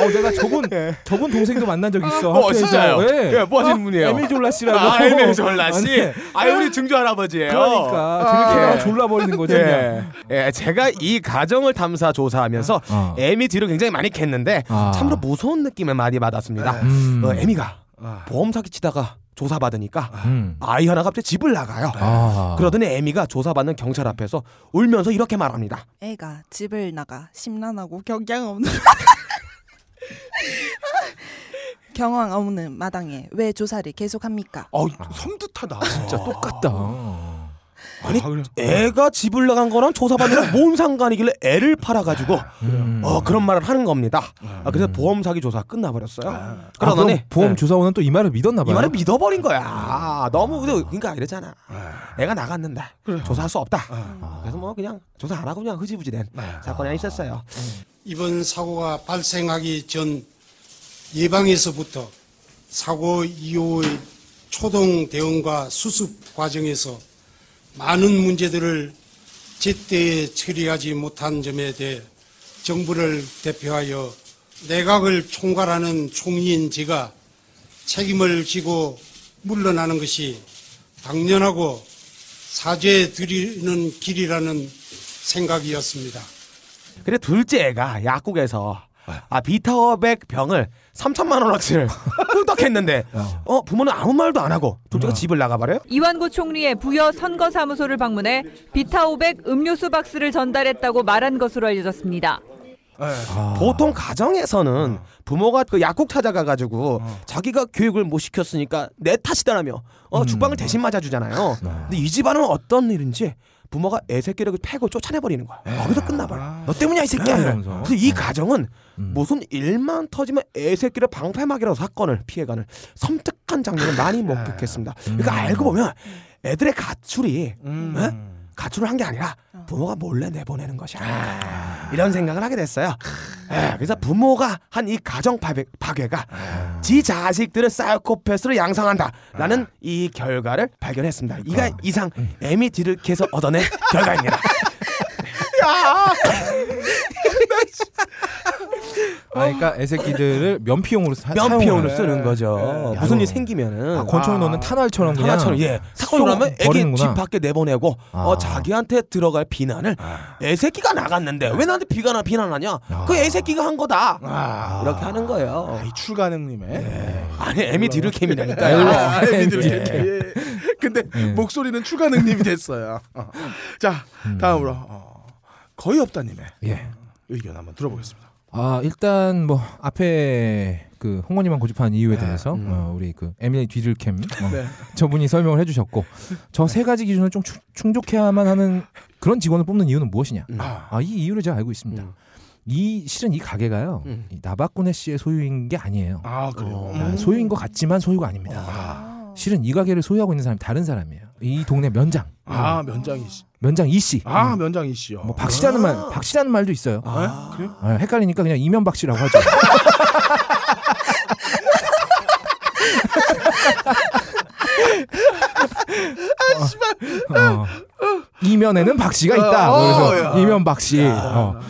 어, 내가 저분 저분 동생도 만난 적 있어. 네. 어, 학교에서. 진짜요? 예. 예, 뭐 하시는 분이에요? 에밀 졸라 씨라고. 아, 에미 졸라 씨. 아니, 아, 우리 증조 할아버지예요. 그러니까 들키다가 예. 졸라 버리는 거죠. 그냥. 예. 예, 제가 이 가정을 탐사 조사하면서 어. 에미 뒤로 굉장히 많이 캤는데 아. 참으로 무서운 느낌을 많이 받았습니다. 음. 어, 에미가 아. 보험 사기 치다가 조사 받으니까 음. 아이 하나 갑자기 집을 나가요. 아. 그러더니 에미가 조사받는 경찰 앞에서 울면서 이렇게 말합니다. 애가 집을 나가 심란하고 경향 없는 경황 없는 마당에 왜 조사를 계속합니까? 어, 섬뜩하다. 진짜 똑같다. 어. 아니 애가 집을 나간 거랑 조사받는 건뭔 상관이길래 애를 팔아가지고 음. 어 그런 말을 하는 겁니다. 아, 그래서 보험 사기 조사 끝나버렸어요. 아, 그럼 그러더니 네. 보험 조사원은 또 이 말을 믿었나 이 봐요. 아. 말을 믿어버린 거야. 너무 근데 그러니까 이랬잖아. 애가 나갔는데 조사할 수 없다. 아. 그래서 뭐 그냥 조사 안 하고 그냥 흐지부지 된 사건이 하나 있었어요. 이번 사고가 발생하기 전 예방에서부터 사고 이후의 초동 대응과 수습 과정에서 많은 문제들을 제때 처리하지 못한 점에 대해 정부를 대표하여 내각을 총괄하는 총리인 제가 책임을 지고 물러나는 것이 당연하고 사죄 드리는 길이라는 생각이었습니다. 근데 둘째 애가 약국에서 아 비타오백 병을 3천만 원어치를 꿀떡했는데 어 부모는 아무 말도 안 하고 어. 둘째가 집을 나가버려요. 이완구 총리의 부여 선거사무소를 방문해 비타 500 음료수 박스를 전달했다고 말한 것으로 알려졌습니다. 보통 가정에서는 부모가 그 약국 찾아가가지고 자기가 교육을 못 시켰으니까 내 탓이다라며 어, 죽방을 대신 맞아주잖아요. 근데 이 집안은 어떤 일인지 부모가 애 새끼를 패고 쫓아내버리는 거야. 거기서 끝나버려. 너 때문이야 이 새끼야. 이러면서. 그래서 이 가정은 무슨 일만 터지면 애 새끼를 방패막이라고 사건을 피해가는 섬뜩한 장면을 많이 목격했습니다. 그러니까 알고 보면 애들의 가출이 에? 가출을 한 게 아니라 부모가 몰래 내보내는 것이 아닐까 이런 생각을 하게 됐어요. 예, 그래서 부모가 한 이 가정 파괴, 파괴가 지 자식들을 사이코패스로 양성한다라는 이 결과를 발견했습니다. 이가 이상 MET를 계속 얻어낸 결과입니다. 아, 그러니까 애새끼들을 면피용으로 사, 어. 면피용으로 사용을- 네, 쓰는 거죠. 무슨 일 생기면은 아, 권총 넣는 탄알처럼 그냥 하나처럼 예 사건이 쏙 나면 애기 버리는구나. 집 밖에 내보내고 아. 어 자기한테 들어갈 비난을 애새끼가 나갔는데 왜 나한테 비가 나 비난하냐 그 애새끼가 한 거다 아. 이렇게 하는 거예요 이 출가능님의 네. 아니 애미 뒤를 아유, 캠이라니까요 아, 애미들 예. 이렇게. 예. 근데 목소리는 출가능님이 됐어요. 어. 자 다음으로 어, 거의 없다님의 예. 의견 한번 들어보겠습니다. 아 일단 뭐 앞에 그 홍원이만 고집한 이유에 네. 대해서 음. 어, 우리 그 에밀리 뒤질캠 어, 네. 저분이 설명을 해주셨고 저 세 가지 기준을 좀 충- 충족해야만 하는 그런 직원을 뽑는 이유는 무엇이냐? 음. 아 이 이유를 제가 알고 있습니다. 이 실은 이 가게가요 음. 이 나바꾸네 씨의 소유인 게 아니에요. 아 그래요. 아, 소유인 것 같지만 소유가 아닙니다. 실은 이 가게를 소유하고 있는 사람이 다른 사람이에요. 이 동네 면장 아 면장이 씨. 면장 이 씨. 아 면장이 씨요. 음. 뭐 박씨라는 말 박씨라는 말도 있어요. 네? 그래요? 아, 헷갈리니까 그냥 이면박씨라고 하죠. 어, 어. 이면에는 박씨가 있다. 뭐 어, 그래서 이면박씨. 어.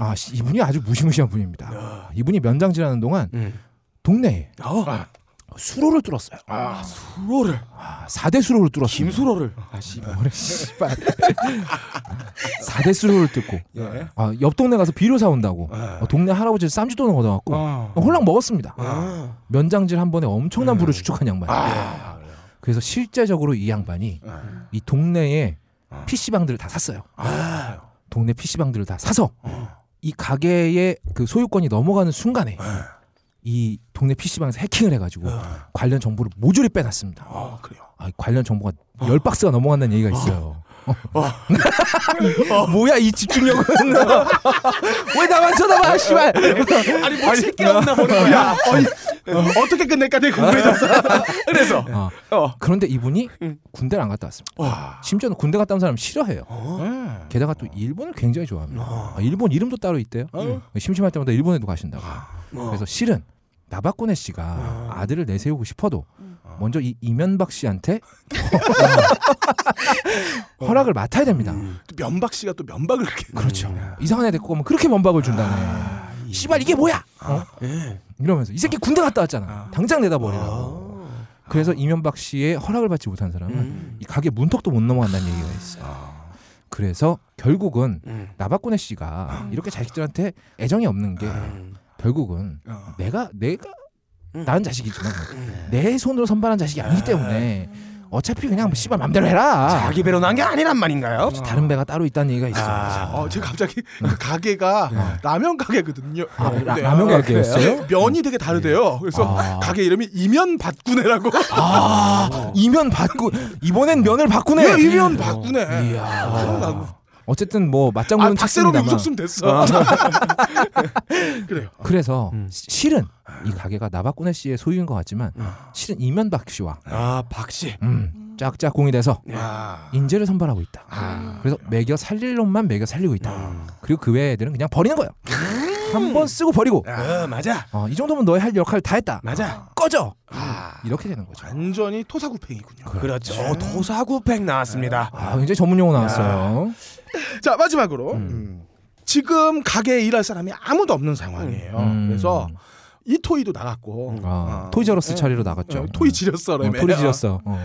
아, 씨, 이분이 아주 무시무시한 분입니다. 이분이 면장질하는 동안 동네에 어, 수로를 뚫었어요. 아, 수로를 아, 4대 수로를 뚫었어요. 김수로를 뭐래 씨발 4대 수로를 뚫고 예. 아, 옆 동네 가서 비료 사온다고 어, 동네 할아버지 쌈짓돈을 얻어갖고 어. 어, 홀랑 먹었습니다 아. 면장질 한 번에 엄청난 네. 부를 추적한 양반 그래서 실제적으로 이 양반이 네. 이 동네에 아. PC방들을 다 샀어요 동네 PC방들을 다 사서 어. 이 가게의 그 소유권이 넘어가는 순간에 네. 이 동네 PC방에서 해킹을 해가지고 관련 정보를 모조리 빼놨습니다 아 그래요. 아. 아, 관련 정보가 열 박스가 넘어간다는 얘기가 있어요. 뭐야 이 집중력은 왜 나만 쳐다봐 씨발 네. 아니 뭐 새끼 없나 보네 야 어이, 어떻게 끝낼까 되게 궁금해졌어. 그래서 어. 음. 어. 그런데 이분이 군대를 안 갔다 왔습니다 와. 심지어는 군대 갔다 온 사람 싫어해요 네. 게다가 또 일본을 굉장히 좋아합니다 아, 일본 이름도 따로 있대요 음. 심심할 때마다 일본에도 가신다고 그래서 실은 나바꾸네 씨가 아들을 내세우고 어. 음. 싶어도 먼저 이 이면박 씨한테 허락을 맡아야 됩니다 또 면박 씨가 또 면박을 이렇게. 그렇죠. 이상한 애 데리고 오면 그렇게 면박을 준다네. 아, 씨발 이게 뭐야? 어? 이러면서 이 새끼 군대 갔다 왔잖아. 아. 당장 내다버리라고. 그래서 이면박 씨의 허락을 받지 못한 사람은 이 가게 문턱도 못 넘어간다는 얘기가 있어요. 그래서 결국은 나바꾸네 씨가 이렇게 자식들한테 애정이 없는 게 결국은 어. 내가 내가 낳은 자식이지만 내 손으로 선발한 자식이 아니기 때문에 어차피 그냥 뭐 씨발 맘대로 해라. 자기 배로 난 게 아니란 말인가요? 다른 배가 따로 있다는 얘기가 있어요. 어, 제가 갑자기 그 가게가 라면 가게거든요. 음. 네. 아, 라- 네. 라면 가게였어요? 음. 네, 면이 되게 다르대요. 그래서 아. 가게 이름이 이면 박구네라고. 아, 이면 바꾸 이번엔 면을 바꾸네. 음. 아. 예, 이면 박구네. 아. 이야. 어쨌든 뭐 아, 맞장구는 박세롬이 쳤습니다만. 아. 웃었으면 됐어. 그래요. 그래서 음. 시- 실은 이 가게가 나바꾸네 씨의 소유인 것 같지만 실은 이면박 씨와 아 박씨 음, 짝짝꿍이 돼서 네. 아, 인재를 선발하고 있다. 그래서 매겨 살릴 놈만 매겨 살리고 있다. 음. 그리고 그 외의 애들은 그냥 버리는 거예요. 음. 한 번 쓰고 버리고 어, 맞아 어, 이 정도면 너의 할 역할을 다 했다. 맞아 꺼져. 이렇게 되는 거죠. 완전히 토사구팽이군요. 그렇죠 네. 도사구팽 나왔습니다 아, 굉장히 전문 용어 나왔어요. 그 자 마지막으로 음. 지금 가게에 일할 사람이 아무도 없는 상황이에요. 음. 그래서 이토이도 나갔고 아, 어. 토이저러스 차리로 나갔죠. 어, 토이 지렸어, 어, 토리 지렸어. 어.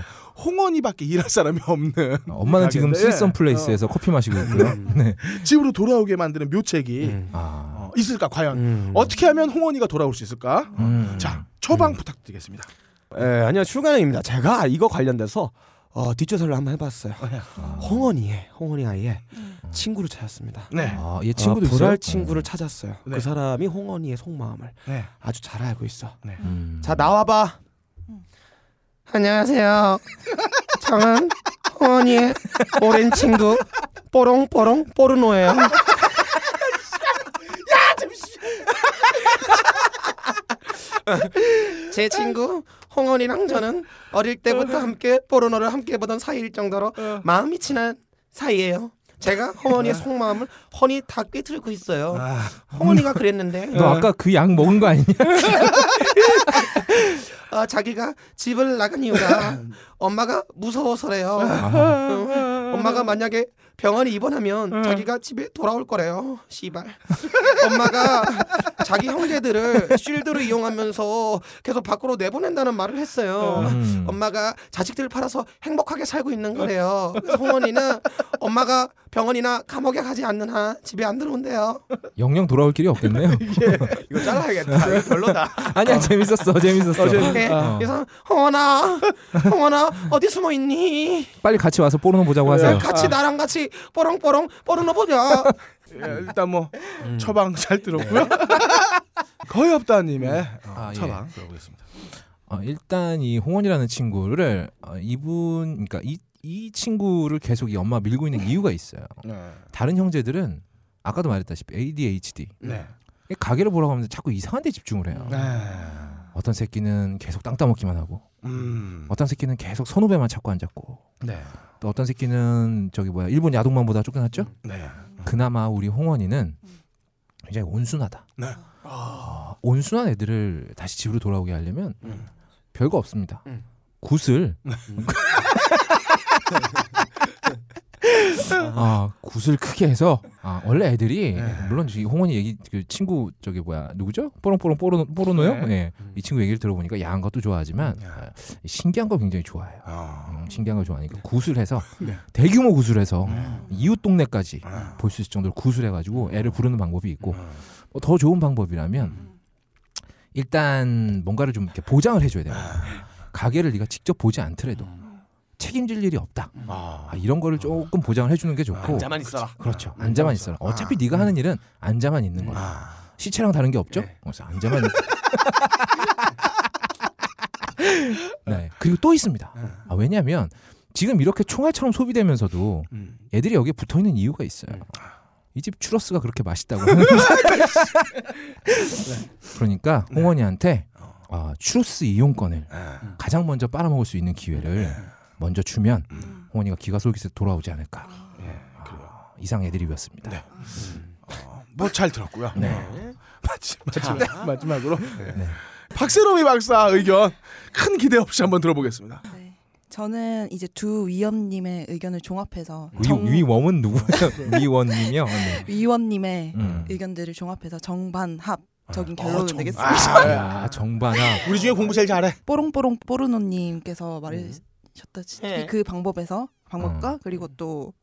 홍원이밖에 일할 사람이 없는. 어, 엄마는 지금 가게인데, 실선 예. 플레이스에서 커피 마시고 있고요. 음. 네. 어, 집으로 돌아오게 만드는 묘책이 아, 어, 있을까 과연 어떻게 하면 홍원이가 돌아올 수 있을까? 어, 음. 자 처방 부탁드리겠습니다. 예, 아니요 출간입니다. 제가 이거 관련돼서 어, 뒷조사를 한번 해봤어요. 예. 홍원이의 홍원이 아이의 친구를 찾았습니다. 네. 아, 얘 친구도 어, 불알 있어요? 친구를 찾았어요. 네. 그 사람이 홍원이의 속마음을 네. 아주 잘 알고 있어. 음. 자 나와봐. 안녕하세요. 저는 홍원이의 오랜 친구 뽀롱뽀롱 뽀르노예요. 제 친구 홍원이랑 저는 어릴 때부터 함께 포르노를 함께 보던 사이일 정도로 마음이 친한 사이예요. 제가 허머니의 속마음을 허니 다 꿰뚫고 있어요. 허머니가 그랬는데 너 아까 그 약 먹은 거 아니냐? 어, 자기가 집을 나간 이유가 엄마가 무서워서래요. 응. 엄마가 만약에 병원에 입원하면 자기가 집에 돌아올 거래요. 씨발. 엄마가 자기 형제들을 쉴드로 이용하면서 계속 밖으로 내보낸다는 말을 했어요. 음. 엄마가 자식들을 팔아서 행복하게 살고 있는 거래요. 그래서 홍원이는 엄마가 병원이나 감옥에 가지 않는 한 집에 안 들어온대요. 영영 돌아올 길이 없겠네요. 이거 잘라야겠다. 이거 별로다. 아니야 재밌었어 재밌었어. 네. 그래서 홍원아, 홍원아 어디 숨어 있니? 빨리 같이 와서 포르노 보자고 하세요. 같이 나랑 같이 뽀롱뽀롱 뽀르노 보자. 예, 일단 뭐 처방 잘 들었고요. 거의 없다님의 어, 아, 예. 처방 음. 들어보겠습니다. 어, 일단 이 홍원이라는 친구를 어, 이분 그러니까 이, 이 친구를 계속 이 엄마 밀고 있는 이유가 있어요. 네. 다른 형제들은 아까도 말했다시피 ADHD. 네. 가게를 보러 가면서 자꾸 이상한 데 집중을 음. 해요. 네. 어떤 새끼는 계속 땅 따먹기만 하고 음. 어떤 새끼는 계속 선후배만 찾고 앉았고 네. 또 어떤 새끼는 저기 뭐야 일본 야동만보다 쫓겨났죠? 네. 그나마 우리 홍원이는 굉장히 온순하다. 네. 어, 온순한 애들을 다시 집으로 돌아오게 하려면 음. 별거 없습니다. 음. 굿을 아 굿을 크게 해서 아, 원래 애들이 네. 물론 이 홍원이 얘기 그 친구 저기 뭐야 누구죠? 뽀롱뽀롱 뽀로 뽀로노요? 네. 예. 이 친구 얘기를 들어보니까 야한 것도 좋아하지만 네. 아, 신기한 거 굉장히 좋아해요. 어. 음, 신기한 걸 좋아하니까 구슬해서 네. 대규모 구슬해서 이웃 동네까지 아. 볼 수 있을 정도로 구슬해가지고 애를 부르는 방법이 있고 뭐더 좋은 방법이라면 일단 뭔가를 좀 이렇게 보장을 해줘야 돼요. 가게를 네가 직접 보지 않더라도 책임질 일이 없다. 아. 아, 이런 거를 조금 보장을 해주는 게 좋고 앉아만 있어라. 그렇죠. 앉아만 있어라. 어차피 네가 하는 일은 앉아만 있는 거야. 아. 시체랑 다른 게 없죠. 그래서 앉아만. 있... 네. 그리고 또 있습니다. 아, 왜냐하면 지금 이렇게 총알처럼 소비되면서도 음. 애들이 여기에 붙어 있는 이유가 있어요. 이 집 추러스가 그렇게 맛있다고. 하는데 그러니까 홍원이한테 아, 추러스 이용권을 아. 가장 먼저 빨아먹을 수 있는 기회를 먼저 주면 홍원이가 기가 솔깃해 음. 돌아오지 네. 않을까. 아, 이상 애드립이었습니다. 뭐잘 들었고요. 네. 마지막 마지막으로 네. 박세롬이 박사 의견 큰 기대 없이 한번 들어보겠습니다. 네. 저는 이제 두 위원님의 의견을 종합해서 위, 위원은 누구예요? 위원님이요. 네. 위원님의 음. 의견들을 종합해서 정반합적인 결론을 어, 정- 내겠습니다. 아, 예. 아, 정반합. 우리 중에 공부 제일 잘해. 뽀롱뽀롱 네. 뽀르노님께서 말하셨듯이 그 방법에서 방법과 그리고 또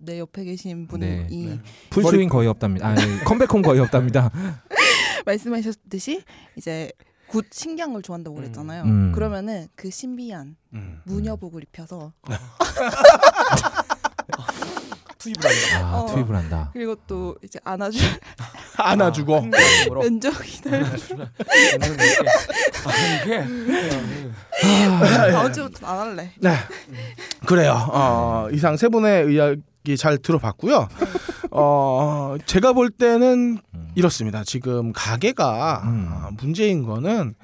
내 옆에 계신 분이 어. 네. 풀스윙 거의 없답니다. 아니, 컴백홈 거의 없답니다. 말씀하셨듯이 이제 굿 신기한 걸 좋아한다고 그랬잖아요. 음. 그러면은 그 신비한 음. 무녀복을 입혀서 아, 어. 투입을 한다. 그리고 어. 또 이제 안아주 안아주고 왼쪽이 어. 아, 다음 주부터 안 할래. 네. 그래요. 어, 이상 세 분의 이야기 잘 들어봤고요. 어, 제가 볼 때는 이렇습니다. 지금 가게가 음. 어, 문제인 거는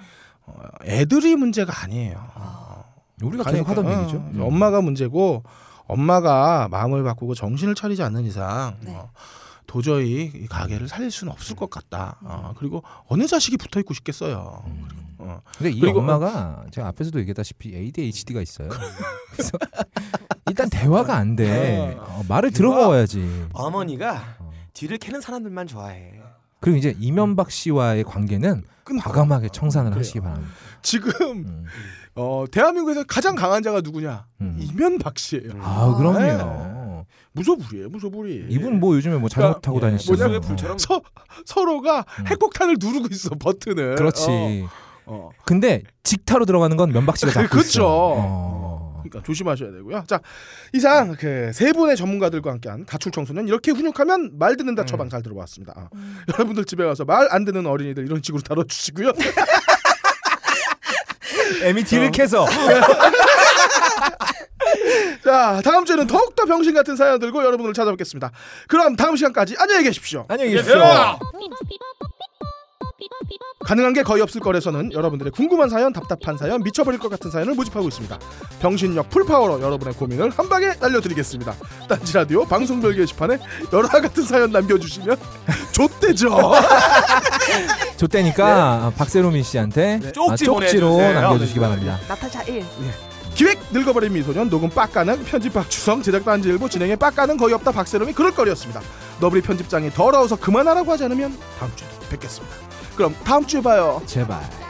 어, 애들이 문제가 아니에요. 우리가 가니까, 계속 하던 어, 얘기죠. 음. 이제 엄마가 문제고 엄마가 마음을 바꾸고 정신을 차리지 않는 이상 네. 어, 도저히 이 가게를 살릴 수는 없을 것 같다. 어, 그리고 어느 자식이 붙어 있고 싶겠어요. 음. 어, 근데 이 그리고- 엄마가 제가 앞에서도 얘기했다시피 ADHD가 있어요. 그래서 일단 대화가 안 돼. 어, 말을 들어먹어야지. 어머니가 뒤를 캐는 사람들만 좋아해. 그리고 이제 이면박 씨와의 관계는 과감하게 청산을 하시기 바랍니다. 지금 음. 어, 대한민국에서 가장 강한 자가 누구냐? 음. 이면박 씨예요. 아, 그럼요. 무소불위예요, 무소불위. 이분 뭐 요즘에 뭐 자전거 그러니까, 타고 다니시잖아요. 모자에 불처럼 서, 서로가 음. 핵폭탄을 누르고 있어 버튼을. 그렇지. 어, 어. 근데 직타로 들어가는 건 면박 씨가 잡고 그렇죠. 그쵸. 있어요. 어. 그러니까 조심하셔야 되고요. 자, 이상 그 세 분의 전문가들과 함께한 다출 청소년 이렇게 훈육하면 말 음. 듣는다 처방 잘 들어봤습니다. 아. 여러분들 집에 가서 말 안 듣는 어린이들 이런 식으로 다뤄주시고요. 에미 뒤를 캐서 자, 다음 주에는 더욱더 병신 같은 사연 들고 여러분을 찾아뵙겠습니다. 그럼 다음 시간까지 안녕히 계십시오. 안녕히 계십시오. 예, Beep, beep, beep, beep, beep, beep, beep, beep, beep. 가능한 게 거의 없을 거래서는 여러분들의 궁금한 사연, 답답한 사연, 미쳐버릴 것 같은 사연을 모집하고 있습니다. 병신력 풀파워로 여러분의 고민을 한 방에 날려드리겠습니다. 딴지 라디오 방송별 게시판에 열화 같은 사연 남겨주시면 좆대죠. 좋대니까 박세롬이 씨한테 아, 네. 쪽지 쪽지로 보내주세요. 네. 남겨주시기 바랍니다. 나타샤 1. 기획 늙어버린 미소년 녹음 빡가는 편집 박주성 제작 단지 일부 진행의 빡가는 거의 없다 박세롬이 그럴 거리였습니다. 너브리 편집장이 더러워서 그만하라고 하지 않으면 다음 주에 뵙겠습니다. 그럼 다음 주에 봐요. 제발.